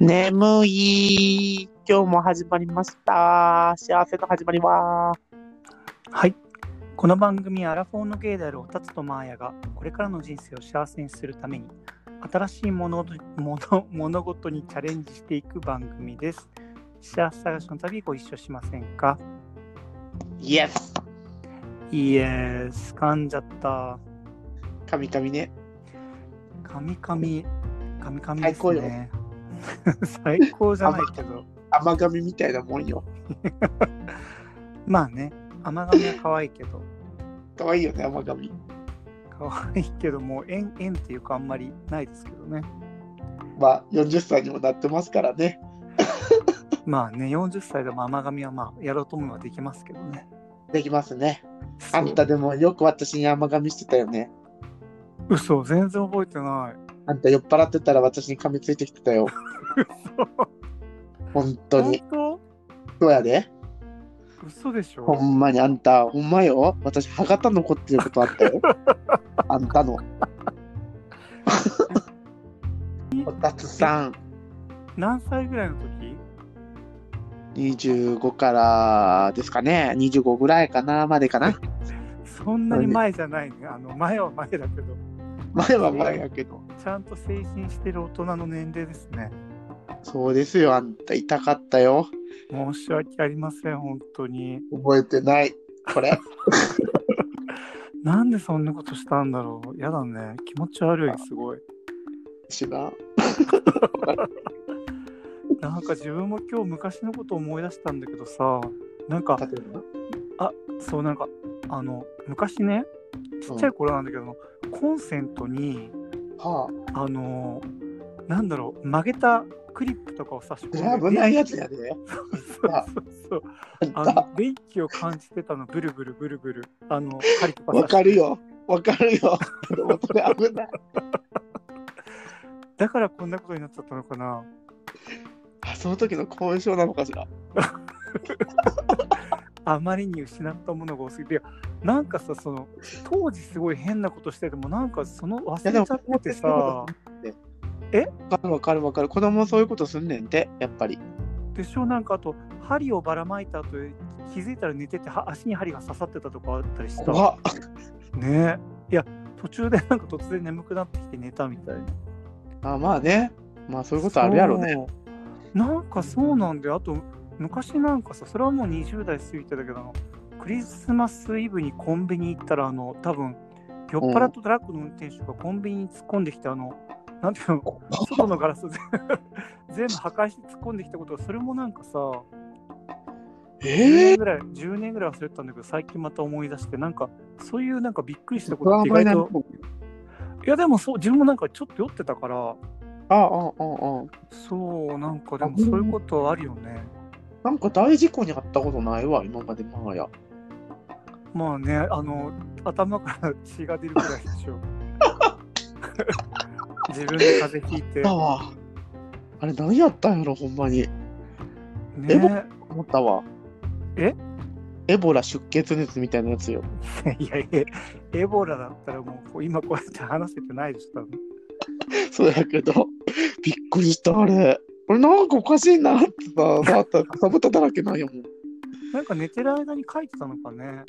眠い。今日も始まりました。幸せの始まりは。はい。この番組はアラフォーのゲイであるおたつとマーヤがこれからの人生を幸せにするために新しい物事物物事にチャレンジしていく番組です。幸せ探しの旅ご一緒しませんかイエス。イエス、噛んじゃった。カミカミね。カミカミ、カミカミ最です高よね。 最高じゃないけど。甘噛みみたいなもんよ。まあね、甘噛みは可愛いけど。かわいいよね、甘噛み。可愛いけど、もう縁縁っていうかあんまりないですけどね。まあ、40歳にもなってますからね。まあね、40歳でも甘噛みはまあやろうと思えばできますけどね。できますね。そうあんたでもよく私に甘噛みしてたよね。嘘全然覚えてない。あんた酔っ払ってたら私に噛みついてきてた よ。本当に。本そうやで。当嘘でしほょんまにあんた、ほんまよ。私、歯型残ってることあ ったよ。あんた の。おたつさん。何歳ぐらいの時25からですかね、25ぐらいかな、までかな。そんなに前じゃないね。あの前は前だけど、前は前やけど。ちゃんと成人してる大人の年齢ですね。そうですよ、あんた痛かったよ。申し訳ありません、本当に。覚えてない。こ れ、なんでそんなことしたんだろう。やだね。気持ち悪い、すごい。知らん。なんか自分も今日昔のこと思い出したんだけどさ、なんか例えばそうなんかあの昔ね、ちっちゃい頃なんだけど、コンセントにはあのーなんだろう曲げたクリップとかを差しあ、込危んでないやつやで。そうそうそうあの電気を感じてたのブルブルブルブルあのカリッ パわ刺してかるよ。わかるよ。でもそれ危ない。だからこんなことになっちゃったのかなあその時の後遺症なのかしら。あまりに失ったものが多すぎていやなんかさその当時すごい変なことしててもなんかその忘れちゃっててさわかるわかるわかる。子供はそういうことすんねんて、やっぱり。でしょなんかあと針をばらまいた後気づいたら寝てては足に針が刺さってたとかあったりした怖っ。ねいや途中でなんか突然眠くなってきて寝たみたいな。あまあね。まあそういうことあるやろね。そうなんかそうなんであと昔なんかさそれはもう20代過ぎてだけどあのクリスマスイブにコンビニ行ったらあの多分酔っ払ったトラックの運転手がコンビニに突っ込んできてあのなんていうの外のガラス全部 全部破壊して突っ込んできたことがそれもなんかさ10ええ年ぐらい10年ぐらい忘れてたんだけど最近また思い出してなんかそういうなんかびっくりしたここれとっはあてん意まり外ないといやでもそう自分もなんかちょっと酔ってたからああ、ああ、ああ。そうなんかでもそういうことあるよね。なんか大事故にあったことないわ、今までマーヤ。まあね、あの、頭から血が出るくらいで しょ。自分で風邪ひいて。だわ。あれ何やったんやろ、ほんまに。でもね、思ったわ。えエボラ出血熱みたいなやつよ。 いやいや、エボラだったらもうこう今こうやって話せてないでしょ、多分そうやけど、びっくりした、あれ。俺なんかおかしいなってさ、触ったら、サブタだらけなんやもん。いなんか寝てる間に書いてたのかね。や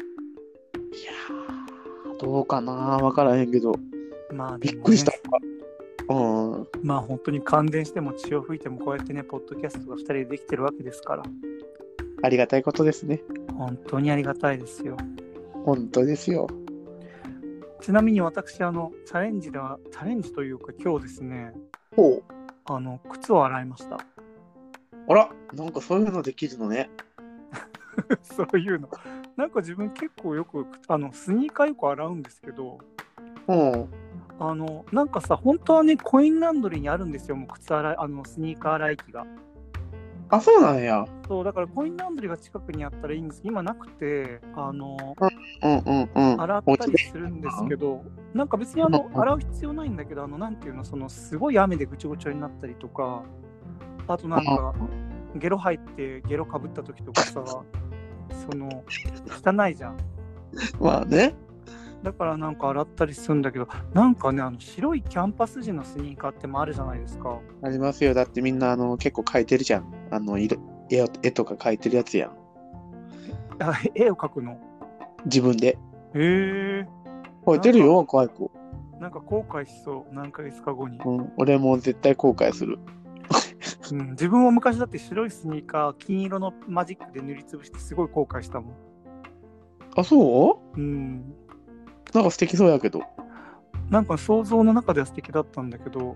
ー、どうかな、わからへんけど。まあ、びっくりした。。うん。まあ本当に感電しても血を吹いてもこうやってね、ポッドキャストが2人でできてるわけですから、ありがたいことですね。本当にありがたいですよ。本当ですよ。ちなみに私、あの、チャレンジでは、チャレンジというか今日ですね、ほう。あの、靴を洗いました。 あら、なんかそういうのできるのね。そういうの。なんか自分結構よくあのスニーカーよく洗うんですけどうん。あのなんかさ本当はねコインランドリーにあるんですよもう靴洗いあのスニーカー洗い機があ、そうなんや。そうだからコインランドリーが近くにあったらいいんですけど今なくてあのうんうんうん。洗ったりするんですけどなんか別にあの洗う必要ないんだけどあのなんていうのそのすごい雨でぐちょぐちょになったりとかあとなんかゲロ入ってゲロかぶった時とかさその汚いじゃんまあね。だからなんか洗ったりするんだけどなんかねあの白いキャンパス地のスニーカーってもあるじゃないですか ありますよ。だってみんな、あの、結構描いてるじゃん。あの、色、絵を絵とか描いてるやつやん。あ絵を描くの自分で。へえ描いてるよ、若い子。なんか後悔しそう何ヶ月か後に、うん。俺も絶対後悔する。うん、自分も昔だって白いスニーカー金色のマジックで塗りつぶしてすごい後悔したもんあ、そうんうなんか素敵そうやけど。なんか想像の中では素敵だったんだけど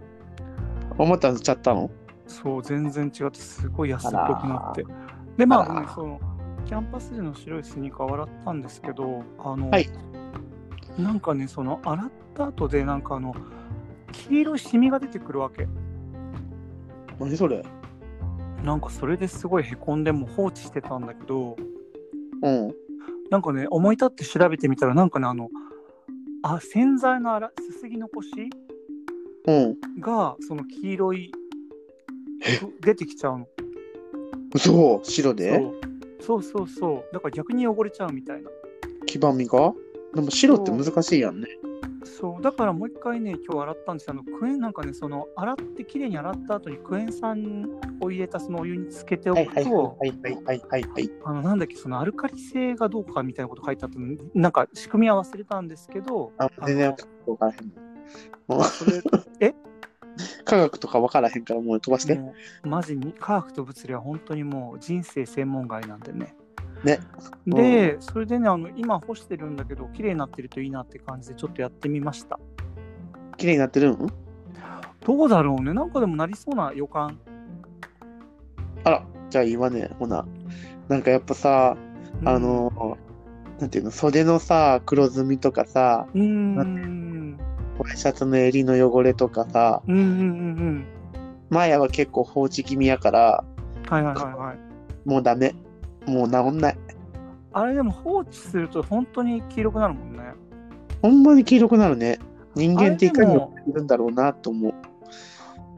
あ、また塗っちゃったのそう全然違ってすごい安っぽくなってあでまああ、らうんそのキャンパス時の白いスニーカーを洗ったんですけどあの、はいなんかねその洗った後でなんかあの黄色いシミが出てくるわけ何それなんかそれですごいへこんでもう放置してたんだけどうん。なんかね思い立って調べてみたらなんかねあのあ洗剤の洗すすぎ残しうん。がその黄色い出てきちゃうのそう白そでうそうそうそうだから逆に汚れちゃうみたいな黄ばみがでも白って難しいやんね。そうだからもう一回ね今日洗ったんですあのクエンなんかねその洗ってきれいに洗った後にクエン酸を入れたそのお湯につけておくと、いはいはいはい。あのなんだっけそのアルカリ性がどうかみたいなこと書いてあったのなんか仕組みは忘れたんですけどああの全然分からへん。そ れ科学とか分からへんからもう飛ばして。もうマジに科学と物理は本当にもう人生専門外なんでね。ねで、それでねあの今干してるんだけど綺麗になってるといいなって感じでちょっとやってみました綺麗になってるんどうだろうねなんかでもなりそうな予感、あら、じゃあいいわね。ほな。なんかやっぱさ、うんあのなんていうの、袖のさ、黒ずみとかさ、うーんワイシャツの襟の汚れとかさ、うんうんうん前は結構放置気味やから、うんはいはいはいはいもうダメ。もう治んない。あれでも放置すると本当に黄色くなるもんねほんまに黄色くなるね。人間っていかにもいるんだろうなと思う。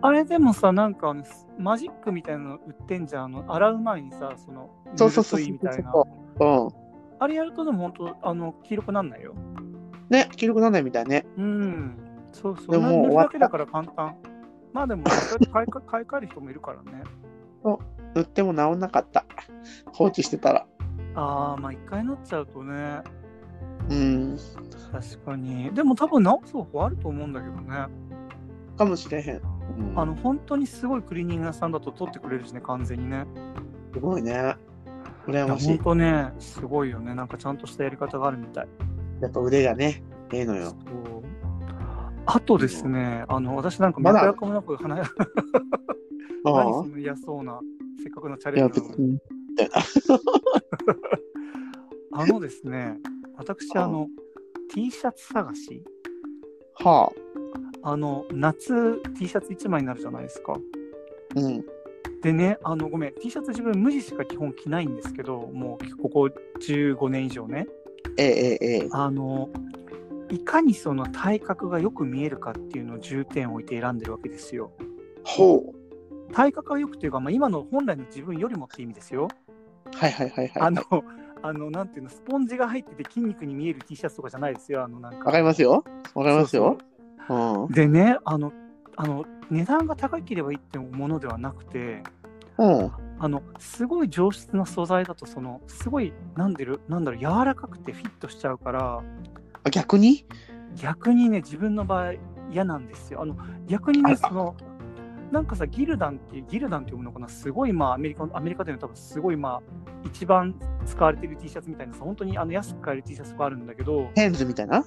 あれでもさなんかあのマジックみたいなの売ってんじゃんあの洗う前にさそのそうそうそう塗るといいみたいなそううん。あれやるとでも本当あの黄色くなんないよね、黄色くならないみたいね。うんそうそうでももう塗終るわっだたけだから簡単まあでもそうやって買いか 買い替える人もいるからね塗っても治んなかった。放置してたら。ああまあ一回なっちゃうとねうん。確かにでも多分直す方法あると思うんだけどねかもしれへん。うんあの本当にすごいクリーニング屋さんだと取ってくれるしね完全にねすごいね。羨いやまし本い。当ねすごいよねなんかちゃんとしたやり方があるみたいやっぱ腕がね、ええのよ。そうあとですねあの私なんかまだ脈絡もなく話何あその嫌そうなせっかくのチャあ。いレや、ンジ別なのにに。あのですね私あの T シャツ探しはあ。あの夏 T シャツ1枚になるじゃないですかうん。でねあのごめん T シャツ自分無地しか基本着ないんですけどもうここ15年以上ねええええええ。あのいかにその体格がよく見えるかっていうのを重点を置いて選んでるわけですよ。ほう。体格がよくというか、まあ、今の本来の自分よりもって意味ですよ。はいはいはいはい。あの、 あのなんていうの、スポンジが入ってて筋肉に見える T シャツとかじゃないですよ。あのなんかわかりますよ。わかりますよそう。うん。そうでねあのあの、値段が高ければいいってものではなくて、うん。あのすごい上質な素材だと、そのすごいなんでるなんだろう、柔らかくてフィットしちゃうから、あ逆に逆にね自分の場合嫌なんですよあの逆にあねらそのなんかさギルダンっていうギルダンって読むのかなすごいまあアメリカアメリカでの多分すごいまあ一番使われてる T シャツみたいなさ本当にあの安く買える T シャツとかあるんだけどヘンズみたいな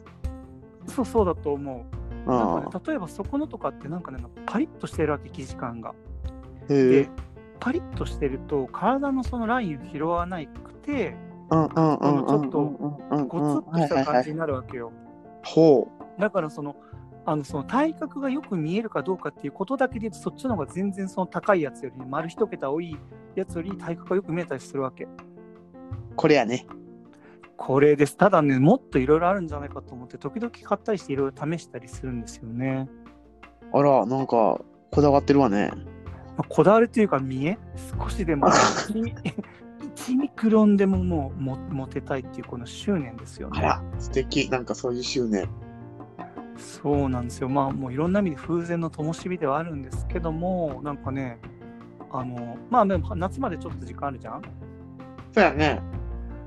そうそうだと思ううなんんか、ね、例えばそこのとかってなんかねパリッとしてるわけ生地感がへえでパリッとしてると体のそのラインを拾わなくてうんうんうんうんうんちょっとうんうんゴツッとした感じになるわけよほうだからそのあのその体格がよく見えるかどうかっていうことだけで言うとそっちの方が全然その高いやつより丸一桁多いやつより体格がよく見えたりするわけこれやねこれですただねもっといろいろあるんじゃないかと思って時々買ったりしていろいろ試したりするんですよね、あらなんかこだわってるわね まあこだわりというか見え少しでも 1, ミリ1 1ミクロンでももうもモテたいっていうこの執念ですよあね。ら、素敵。なんかそういう執念。そうなんですよ。まあもういろんな意味で風前の灯火ではあるんですけども、なんかね、あの、まあでも夏までちょっと時間あるじゃんそうやね。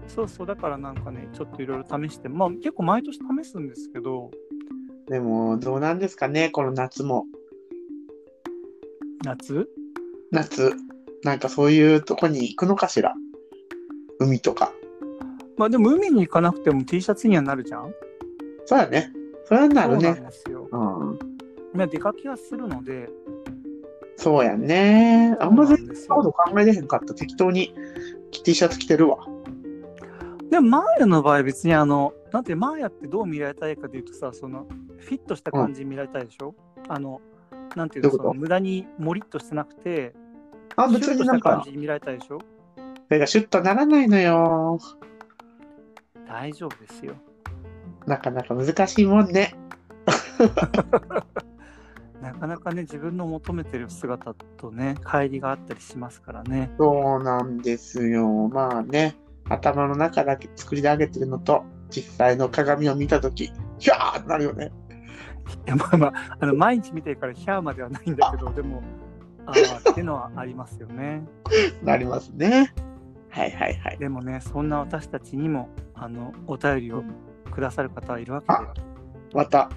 そうそう、だからなんかね、ちょっといろいろ試して、まあ結構毎年試すんですけど、でも、どうなんですかね、この夏も。夏夏、なんかそういうとこに行くのかしら。海とか。まあでも海に行かなくても T シャツにはなるじゃんそうやね。それはなるそうなね。んですよ。うん。まあ出かけはするので、そうやね。あんま全そうなんです然ことよ考えれへんかった。適当に T シャツ着てるわ。でもマーヤの場合別にあの、なんてマーヤってどう見られたいかというとさ、そのフィットした感じに見られたいでしょ、あの、なんていうどの、ういうことその無駄にもりっとしてなくて、あ、シュ別ッにとなしたん感かじ、に見られたいでしょそれがシュッとならないのよ。大丈夫ですよ。なかなか難しいもんね。なかなかね、自分の求めてる姿とね、乖離があったりしますからね。そうなんですよ。まあね、頭の中だけ作り上げてるのと、実際の鏡を見たとき、ひゃーってなるよね。いやまあま あ、あの毎日見てるから、ヒャーまではないんだけど、でも、ああ、ってのはありますよね。なりますね。はいはいはい。でもね、そんな私たちにも、あの、お便りをくださる方はいるわけで。あまた、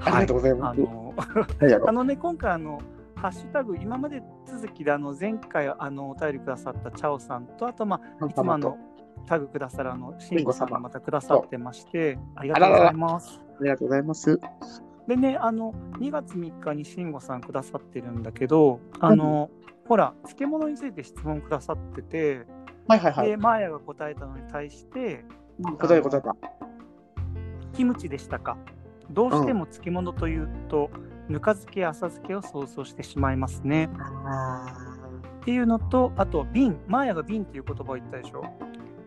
ありがとうございあます。の、 はいやろあのね、今回、あの、ハッシュタグ、今まで続きで、あの、前回、あの、お便りくださったチャオさんと、あと、まあ、いつもああの、タグくださる、あの、シンゴさんがまたくださってまして、ありがあとらうらごらざいます。りがとうございます。でね、あの、2月3日に慎吾さんくださってるんだけど、あの、ほら、漬物について質問くださってて、はいはいはい。で、マーヤが答えたのに対して、答え答えた。、キムチでしたか。どうしても漬物というと、ぬか漬けや浅漬けを想像してしまいますね。っていうのと、あと、瓶、マーヤが瓶っていう言葉を言ったでしょ。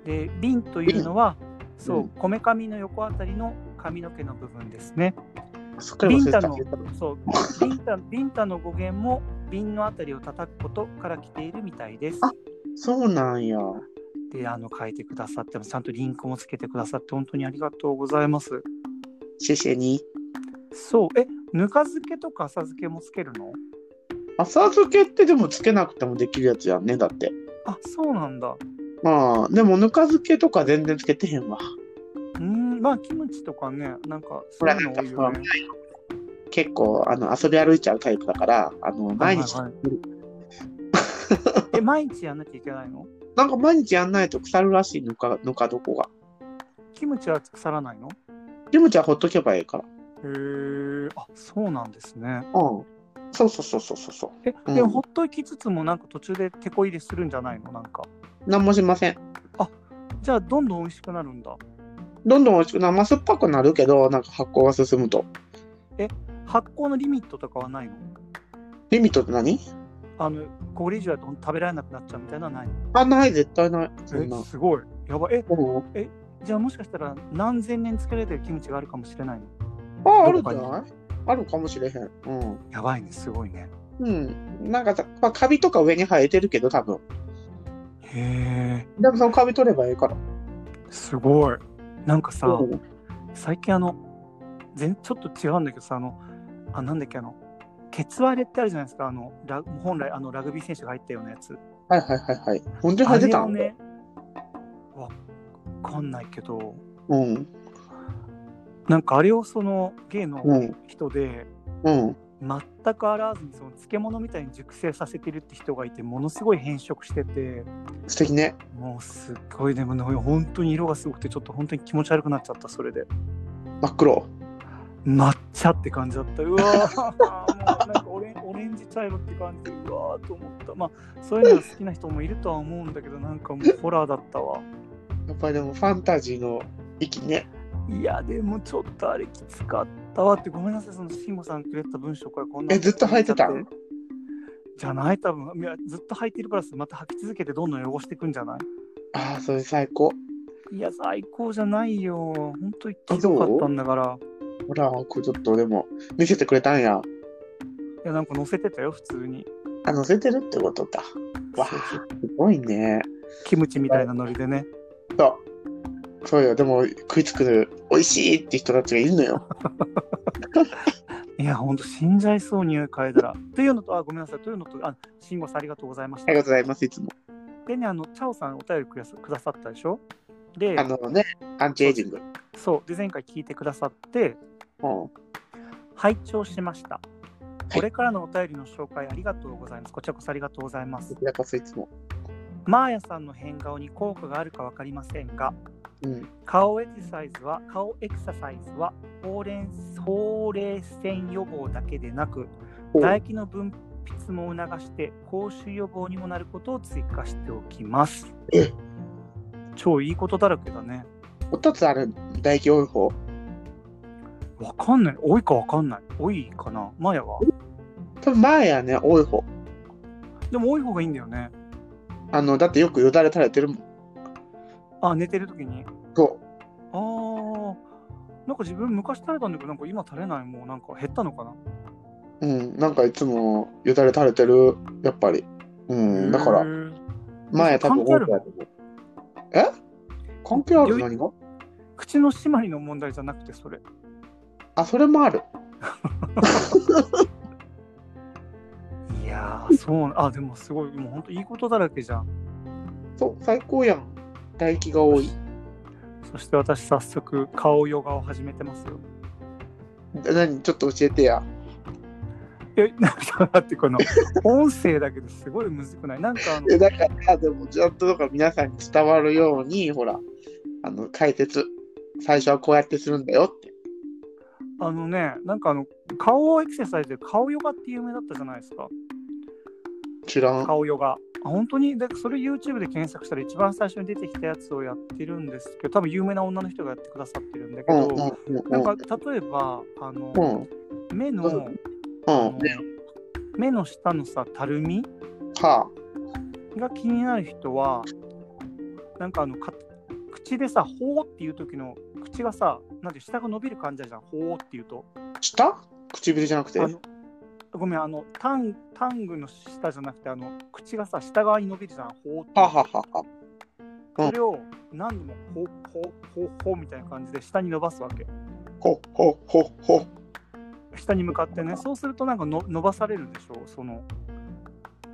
で、瓶というのは、そううんこめかみの横あたりの髪の毛の部分ですね。すっかり忘れてた。ビンタそう、ビンタ、 ビンタの語源も、瓶のあたりを叩くことから来ているみたいです。あそうなんや。で、あの、書いてくださっても、ちゃんとリンクもつけてくださって、本当にありがとうございます。シェシェに。そう、え、ぬか漬けとか浅漬けもつけるの浅漬けってでもつけなくてもできるやつやんね、だって。あ、そうなんだ。まあ、でもぬか漬けとか全然つけてへんわ。うん、まあ、キムチとかね、なんか、ほそうらいなうんのか多いそようね。結構あの遊び歩いちゃうタイプだから、あの毎日、はいはいはいえ、毎日やんなきゃいけないのなんか毎日やんないと腐るらしいぬか、ぬか床が。キムチは腐らないのへキムチはほっとけばいいから。え、あ、そうなんですね。うん。そうそうそうそうそうそえ、うんでも、ほっときつつも、なんか途中で手こ入れするんじゃないのなんか。う。なんもしません。じゃあ、どんどん美味しくなるんだ。どんどん美味しくな甘酸っぱくなるけど、なんか発酵が進むと。発酵のリミットとかはないのリミットって何あの、これ以上やと食べられなくなっちゃうみたいなのはないあ、ない、絶対ない。そんなのえ、。すごい。やばい。え、うんじゃあもしかしたら何千年作られてるキムチがあるかもしれないのあ、あるどんじこゃかにないあるかもしれへん。うん。やばいね、すごいね。うん。なんかさ、まあ、カビとか上に生えてるけど、多分。へえ、でもそのカビ取ればいいから。すごい。なんかさ、うん最近あの、全ちょっと違うんだけどさ、あの、あ、なんだっけ、あの、ケツ割れってあるじゃないですか、あの、ラ本来あのラグビー選手が入ったようなやつ。はいはいはいはい。本当にあ生えてれたをん、ね、わかんないけど、うん。なんかあれをその芸のうん。人で、うん。全く洗わずにその漬物みたいに熟成させてるって人がいてものすごい変色してて素敵ね。もうすっごいでもね本当に色がすごくてちょっと本当に気持ち悪くなっちゃったそれで真っ黒。抹茶って感じだったうわーもうなんかオレンオレンジ茶色って感じでうわーと思ったまあそういうのが好きな人もいるとは思うんだけどなんかもうホラーだったわやっぱりでもファンタジーの域ね。いやでもちょっとあれきつかったわってごめんなさいその慎吾さんくれた文章からこんなえずっと履いてたじゃない多分いやずっと履いてるプラスまた履き続けてどんどん汚していくんじゃないああ、それ最高。いや最高じゃないよ本当にきつかったんだからほら、これちょっとでも見せてくれたんや。いやなんか載せてたよ普通にあ、載せてるってことか。わあ、そうすごいね。キムチみたいなノリでね。そう。そうよ。でも、食いつく、美味しいって人たちがいるのよ。いや、ほんと死んじゃいそう、匂い嗅いだら。というのと、あ、ごめんなさい。というのと、あ、慎吾さんありがとうございましあたり。がとうございます、いつも。でね、あの、チャオさんお便りくださくださったでしょであ、のね、アンチエイジング。そう。で、前回聞いてくださって、うん。拝聴しました。いこれからのお便りの紹介ありがとうございます。こちらこそありがとうございますこ。ちらこそいつも。マーヤさんの変顔に効果があるか分かりませんが、うん。顔エクササイズは、顔エクササイズはほうれん、ほうれい線予防だけでなく、唾液の分泌も促して、口臭予防にもなることを追加しておきます。え超いいことだらけだね。お一つある唾液多い方。わかんない。多いかわかんない。多いかな。マーヤは。多分前やね、多い方。でも多い方がいいんだよね。あの、だってよくよだれ垂れてるもん。あ、寝てる時に。そあー。なんか自分昔垂れたんだけど、なんか今垂れない。もうなんか減ったのかな。う。うん。なんかいつもよだれ垂れてる、やっぱり。うん。だから、前多分多い方やと思う。え関係あるよ何が口の締まりの問題じゃなくてそれあ、それもある。いやーそうあでもすごいもう本当いいことだらけじゃんそう、最高やん。唾液が多い。そして私早速顔ヨガを始めてますよえ何ちょっと教えてや。え なんかだってこの音声だけですごいむずくないなんかあの え、だから、でも、ちゃんとだから皆さんに伝わるように、ほら、あの、解説。最初はこうやってするんだよって。あのねなんかあの顔をエクササイズで顔ヨガって有名だったじゃないですか知らん。顔ヨガあ本当にでそれ YouTube で検索したら一番最初に出てきたやつをやってるんですけど多分有名な女の人がやってくださってるんだけうんど、うんうなんんか例えばあの、うん。うん。目の、うんあうんの。目の下のさたるみはが気になる人はなんかあのか口でさ「ほー」っていう時の口がさなんて下が伸びる感じだじゃん「ほー」っていうとあ、下唇じゃなくてあのごめんあのタンタングの下じゃなくてあの口がさ下側に伸びるじゃん「ほー」ってはははは。うんそれを何度も「ほーほーほーほー」みたいな感じで下に伸ばすわけほほほほ。下に向かってねそうするとなんかの伸ばされるでしょその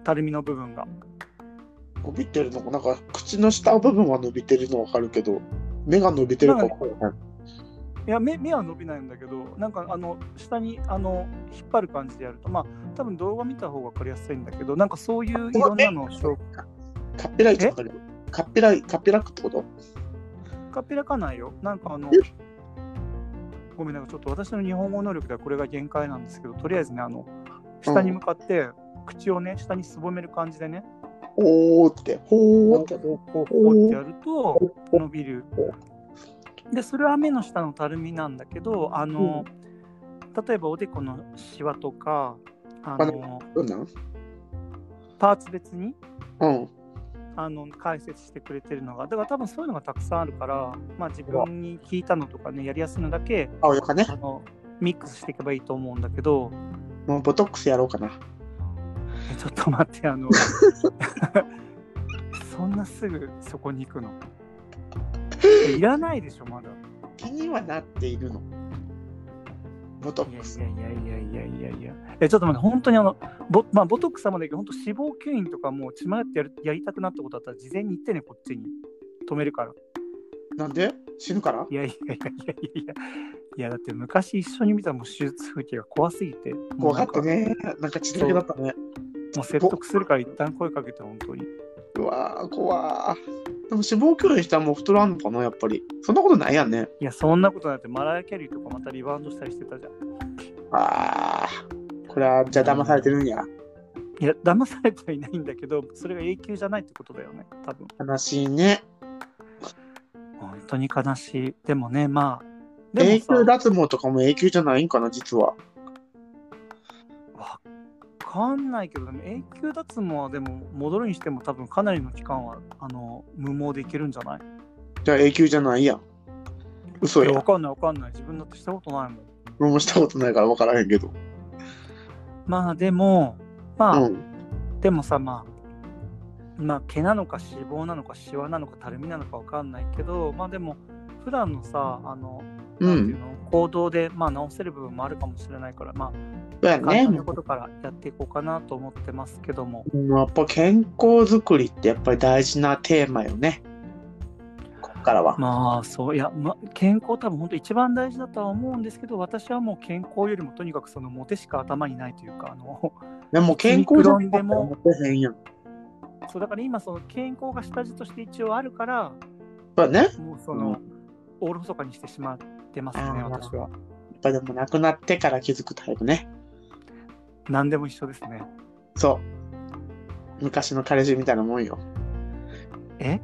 たるみの部分が伸びてるのか、なんか口の下部分は伸びてるのわかるけど、目が伸びてるかわかんない。いや目目は伸びないんだけどなんかあの下にあの引っ張る感じでやるとまあ多分動画見た方が分かりやすいんだけどなんかそういういろんなのを紹介カッペライチわかるカッペライ、カッペラックってことカペラかないよなんかあのえごめんなんかちょっと私の日本語能力ではこれが限界なんですけどとりあえずねあの下に向かって口をね下にすぼめる感じでねおーって、ほーって。こうこうこうってやると伸びるでそれは目の下のたるみなんだけどあの、例えばおでこのシワとかあのどんなんパーツ別にうん。あの解説してくれてるのがだから多分そういうのがたくさんあるから、まあ、自分に聞いたのとかねやりやすいのだけ青よかね。あのミックスしていけばいいと思うんだけどもうボトックスやろうかな。えちょっと待ってあのそんなすぐそこに行くのいらないでしょまだ気にはなっているの。ボトいッやクス。いやいやいやいやいやいやえちょっと待って本当にあのボ,、まあ、ボトックス様だけど本当脂肪吸引とかもう血迷ってやるやりたくなったことあったら事前に言ってねこっちに止めるからなんで死ぬからいやいやいやいやいやいやだって昔一緒に見たもう手術風景が怖すぎて怖もうなかんったかね。なんか血だらけだったね。もう説得するから一旦声かけて本当にうわー、怖ー。でも死亡距離したらもう太らんのかな、やっぱり。そんなことないやんね。いやそんなことなってマライア・キャリーとかまたリバウンドしたりしてたじゃんあー、これはじゃあ騙されてるんや。いや騙されてはいないんだけどそれが永久じゃないってことだよね多分悲しいね。本当に悲しいでもねまあで永もさ久脱毛とかも永久じゃないんかな、実は。わかんないけど、でも永久脱毛はでも戻るにしても多分かなりの期間はあの無毛でいけるんじゃないじゃあ永久じゃないやん。嘘いややわ。かんないわかんない。自分だってしたことないもん。俺もしたことないから分からへんけど。まあでも、まあ、うん。でもさ、まあ、まあ毛なのか脂肪なのかシワなのかたるみなのかわかんないけどまあでも普段のさあのう。なんていうんの行動でまあ直せる部分もあるかもしれないからまそうやあ簡ね。単なことからやっていこうかなと思ってますけどもやっぱ健康づくりってやっぱり大事なテーマよね。ここからは。まあそういや、ま、健康多分本当一番大事だとは思うんですけど私はもう健康よりもとにかくそのモテしか頭にないというかあの でも健康づくりミクロンでも持ってへんやん。そうだから今その健康が下地として一応あるからそうね。やっもうそうの、おおろそかにしてしまってますあねー私はぱでも亡くなってから気づくタイプね。何でも一緒ですねそう。昔の彼氏みたいなもんよ。え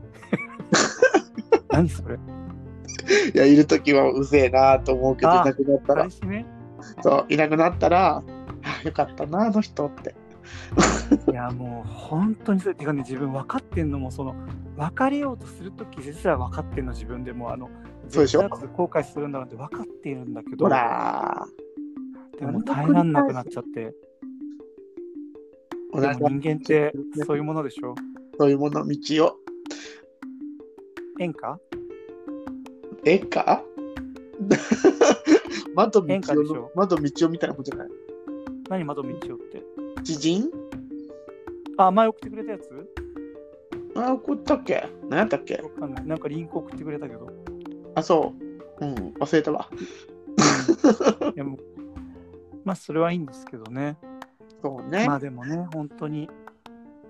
何それいや、いる時はうぜえなと思うけど、いあなくなったら彼、氏ねそう、いなくなったら、あよかったな、あの人って。いやもう本当にそれてかね自分分かってんのもその別れようとするときすら分かってんの自分でもうあのそうでしょ絶対後悔するんだなんて分かっているんだけどほらでも耐えらんなくなっちゃってー、で同じも人間ってそういうものでしょそういうもの道を。演歌えっか まと道変化でしをょ、まと道をみたいなもんじゃない何窓道夫って知人あ前送ってくれたやつあ、送ったっけ何やったっけわかんないなんかリンク送ってくれた けどあ、そう。うん、忘れたわ。いやもうまあそれはいいんですけどねそうね。まあでもね、本当に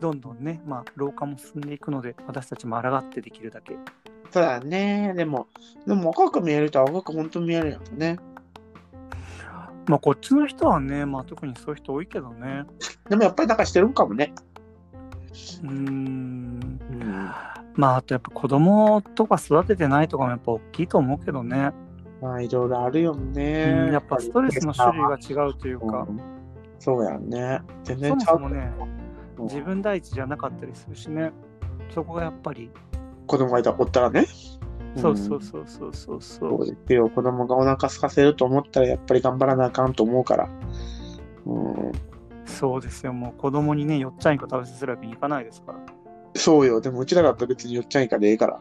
どんどんね、まあ、老化も進んでいくので、私たちも抗ってできるだけ。そうだね。でも、でも若く見えるとは若く本当に見えるよね。まあ、こっちの人はね、まあ、特にそういう人多いけどね。でもやっぱりなんかしてるんかもね。うーん。うん。まあ、あとやっぱ子供とか育ててないとかもやっぱ大きいと思うけどね。まあいろいろあるよねう。んやっぱストレスの種類が違うというかう、んそうやね。全そ然もちゃそうもね、自分第一じゃなかったりするしね。そこがやっぱり、子供がいたおったらね。そうそうんそうそうそうそそうう。ですよ。子供がお腹空かせると思ったらやっぱり頑張らなあかんと思うから。うん。そうですよ、もう子供にね、よっちゃんいか食べさせるわけにいかないですから。そうよ。でもうちらだったら別によっちゃんいかでええから。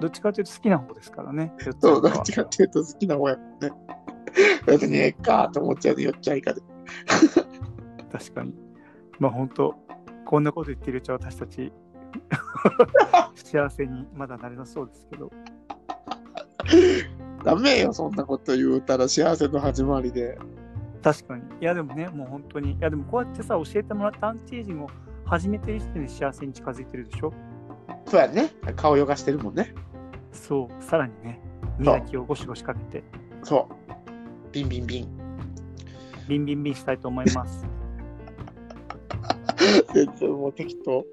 どっちかというと好きな方ですからね。よっちゃんそ、いうかどはっちかっていうと好きな方やもんね。別にええかと思っちゃうね。よっちゃんいかで。確かに。まあ本当、こんなこと言ってるうちは私た ち幸せにまだなれなそうですけど。ダメよ、そんなこと言うたら幸せの始まりで。確かに。いやでもね、もう本当に。いやでもこうやってさ、教えてもらったアンチエイジングを始めてる時点で幸せに近づいてるでしょそうやね。顔よがしてるもんね。そう、さらにね、磨きをゴシゴシかけて、そう。ビンビンビン。ビンビンビンしたいと思います。全然もう適当。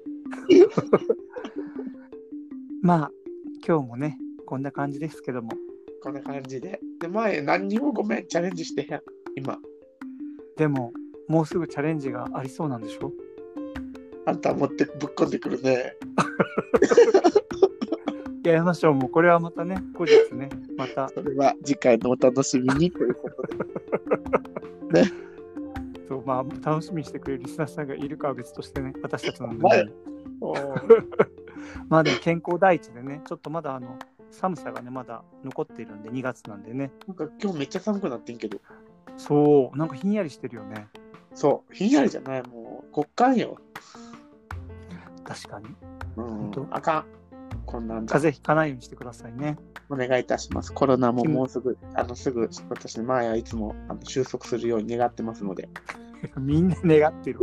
まあ、今日もね、こんな感じですけども。こんな感じで。で、前、何にもごめん、チャレンジしてへん。今。でも、もうすぐチャレンジがありそうなんでしょあんた持ってぶっこんでくるね。やりましょう。もうこれはまたね、後日ね、またそれは次回のお楽しみにという ことで。そうまあ、楽しみにしてくれるリスナーさんがいるかは別としてね、私たちなんで、はいね、まあでも健康第一でね、ちょっとまだあの寒さがね、まだ残っているんで、2月なんでね、なんか今日めっちゃ寒くなってんけど。そう、なんかひんやりしてるよね、そう。ひんやりじゃない。もう、極寒よ。確かに。うん本当。あかん。こんなんじゃ。風邪ひかないようにしてくださいね。 お願いいたします。コロナももうすぐ、あの、すぐ、私、前はいつもあの収束するように願ってますので。みんな願ってる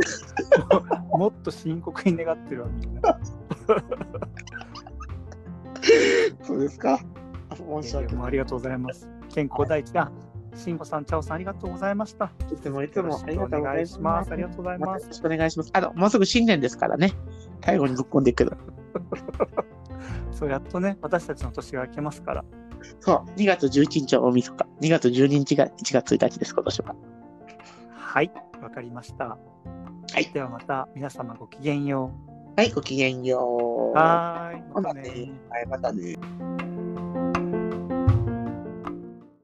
わ もっと深刻に願ってるわ、みんな。そうですか申しいや訳もうなあい。りがとうございます。健康第一だ。しんこさん、ちゃおさん、ありがとうございました。いつもいつよろもしありくがおとうござ願いいします。ありがととうございま。ますよすろ。しくお願いします。あの、もうすぐ新年ですからね。最後にぶっこんでいくけど。そう、やっとね、私たちの年が明けますから。そう、2月11日は大晦日。2月12日が1月1日です、今年は。はい、わかりました。はいではまた皆様ごきげんよはい、ごきげんよう。う。はーい、ほまなたねね。はい、またね。